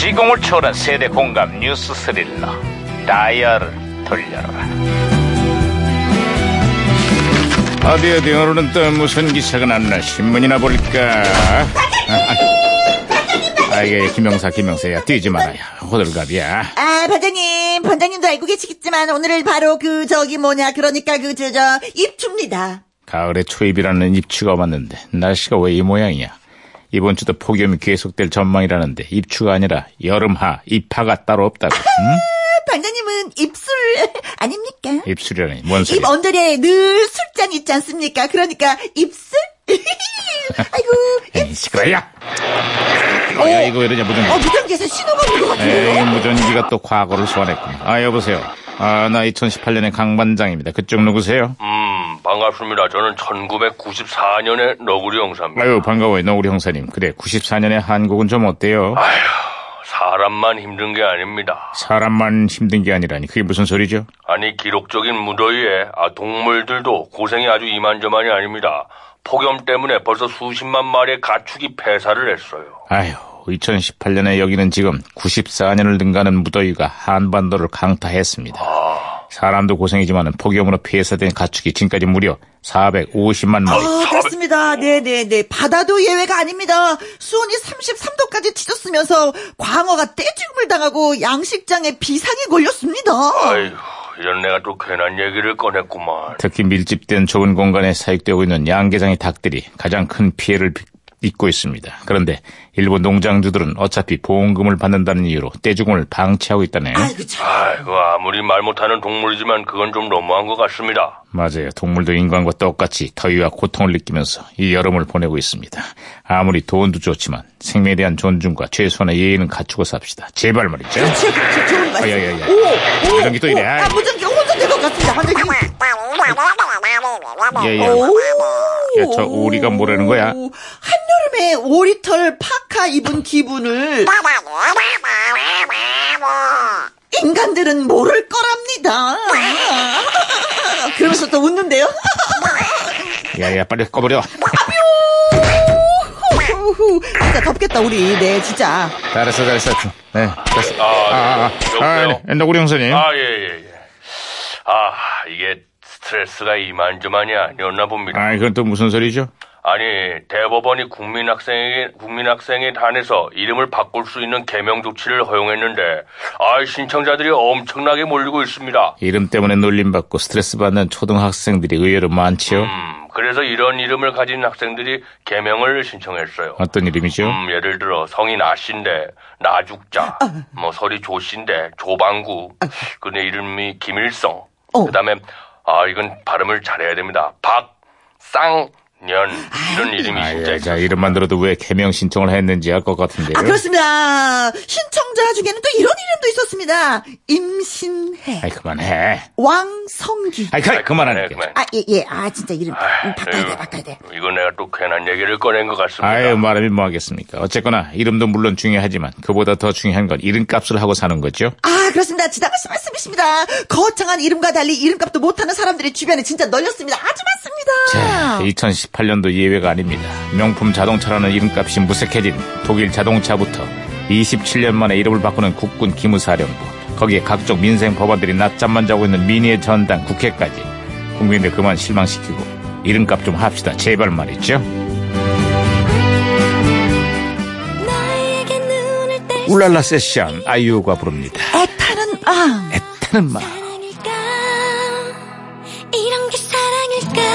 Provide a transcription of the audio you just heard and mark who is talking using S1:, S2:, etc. S1: 진공을 초월한 세대 공감 뉴스 스릴러 다이얼을 돌려라 어디 어디 오늘은 또 무슨 기사가 났나 신문이나 볼까 아, 아, 이게 김영사 김영사야 뛰지 말아야 호들갑이야
S2: 아, 반장님, 반장님도 알고 계시겠지만, 오늘은 바로 그, 저기 뭐냐, 그러니까 그, 저, 저, 입춥니다.
S1: 가을에 초입이라는 입추가 왔는데 날씨가 왜 이 모양이야? 이번 주도 폭염이 계속될 전망이라는데 입추가 아니라 여름하, 입하가 따로 없다고. 응?
S2: 반장님은 입술, 아닙니까?
S1: 입술이라니 뭔
S2: 입 어-
S1: 소리야?
S2: 언더리에 늘 술잔 있지 않습니까? 그러니까, 입술? 아이고, 입,
S1: 에이, 시끄러야. 야 예, 이거 왜 이러냐 무전기.
S2: 어, 무전기에서 신호가 오는 것 같아요.
S1: 에이 무전기가 또 과거를 소환했군. 아 여보세요. 아 나 2018년의 강반장입니다. 그쪽 누구세요?
S3: 음, 반갑습니다. 저는 1994년의 너구리 형사입니다.
S1: 아유 반가워요 너구리 형사님. 그래 94년의 한국은 좀 어때요?
S3: 사람만 힘든 게 아닙니다.
S1: 사람만 힘든 게 아니라니 그게 무슨 소리죠?
S3: 아니, 기록적인 무더위에 아, 동물들도 고생이 아주 이만저만이 아닙니다. 폭염 때문에 벌써 수십만 마리의 가축이 폐사를 했어요.
S1: 아휴, 2018년에 여기는 지금 94년을 능가하는 무더위가 한반도를 강타했습니다. 사람도 고생이지만 폭염으로 폐사된 가축이 지금까지 무려 450만 마리.
S2: 어, 그렇습니다. 네네네. 바다도 예외가 아닙니다. 수온이 33도까지 치솟으면서 광어가 떼죽음을 당하고 양식장에 비상이 걸렸습니다.
S1: 예.
S3: 아휴, 이런 내가 또 괜한 얘기를 꺼냈구만.
S1: 특히 밀집된 좁은 공간에 사육되고 있는 양계장의 닭들이 가장 큰 피해를 빚- 입고 있습니다. 그런데 일본 농장주들은 어차피 보험금을 받는다는 이유로 떼죽음을 방치하고 있다네요.
S2: 아이고, 참.
S3: 아이고, 아무리 말 못하는 동물이지만 그건 좀 너무한 것 같습니다.
S1: 맞아요. 동물도 인간과 똑같이 더위와 고통을 느끼면서 이 여름을 보내고 있습니다. 아무리 돈도 좋지만 생명에 대한 존중과 최소한의 예의는 갖추고 삽시다. 제발 말이죠.
S2: 그렇죠, 그렇죠. 좋은 말씀.
S1: 아, 야, 야, 야.
S2: 오, 오,
S1: 무전기 또 이래.
S2: 오. 아, 무전기 혼선된 것 같습니다. 반장님.
S1: 예, 예.
S2: 오.
S1: 야, 저 오리가 뭐라는 거야?
S2: 한여름에 오리털 파카 입은 기분을 인간들은 모를 거랍니다. 그러면서 또 웃는데요.
S1: 야, 야, 빨리 꺼버려.
S2: 후후. 진짜 덥겠다 우리. 네, 진짜.
S1: 잘했어, 잘했어. 네, 됐어.
S3: 아,
S1: 아, 아,
S3: 여보세요?
S1: 아, 너구리 형사님.
S3: 아, 예, 예, 예. 아, 이게 스트레스가 이만저만이 아니었나 봅니다.
S1: 아, 이건 또 무슨 소리죠?
S3: 아니, 대법원이 국민학생에, 국민학생에 한해서 이름을 바꿀 수 있는 개명 조치를 허용했는데, 아, 신청자들이 엄청나게 몰리고 있습니다.
S1: 이름 때문에 놀림받고 스트레스 받는 초등학생들이 의외로 많지요.
S3: 음, 그래서 이런 이름을 가진 학생들이 개명을 신청했어요.
S1: 어떤 이름이죠?
S3: 음, 예를 들어 성인 아씨인데 나죽자, 뭐 서리 조씨인데 조방구, 그네 이름이 김일성.
S2: 어.
S3: 그다음에 아 이건 발음을 잘해야 됩니다. 박쌍년 이런 이름이
S1: 아,
S3: 진짜
S1: 예,
S3: 있어요.
S1: 자, 이름만 들어도 왜 개명 신청을 했는지 알 것 같은데요.
S2: 아, 그렇습니다. 신청자 중에는 또 이런 이름도 있었습니다. 임신해.
S1: 아이, 그만해.
S2: 왕성기.
S1: 아이, 그, 그만하네.
S3: 그만.
S2: 아, 예, 예. 아, 진짜 이름
S3: 아유,
S2: 바꿔야 돼, 바꿔야 돼.
S3: 예. 이거 내가 또 괜한 얘기를 꺼낸 것 같습니다.
S1: 아유, 말하면 뭐하겠습니까. 어쨌거나 이름도 물론 중요하지만 그보다 더 중요한 건 이름값을 하고 사는 거죠.
S2: 아, 그렇습니다. 지나가신 말씀이십니다. 거창한 이름과 달리 이름값도 못하는 사람들이 주변에 진짜 널렸습니다. 아주 많습니다.
S1: 2018년도 예외가 아닙니다. 명품 자동차라는 이름값이 무색해진 독일 자동차부터 27년 만에 이름을 바꾸는 국군 기무사령부, 거기에 각종 민생 법안들이 낮잠만 자고 있는 민의의 전당 국회까지 국민들 그만 실망시키고 이름값 좀 합시다. 제발 말이죠. 울랄라 세션 아이유가 부릅니다.
S2: 애타는 아.
S1: 애타는 마.
S4: 사랑일까 이런 게 사랑일까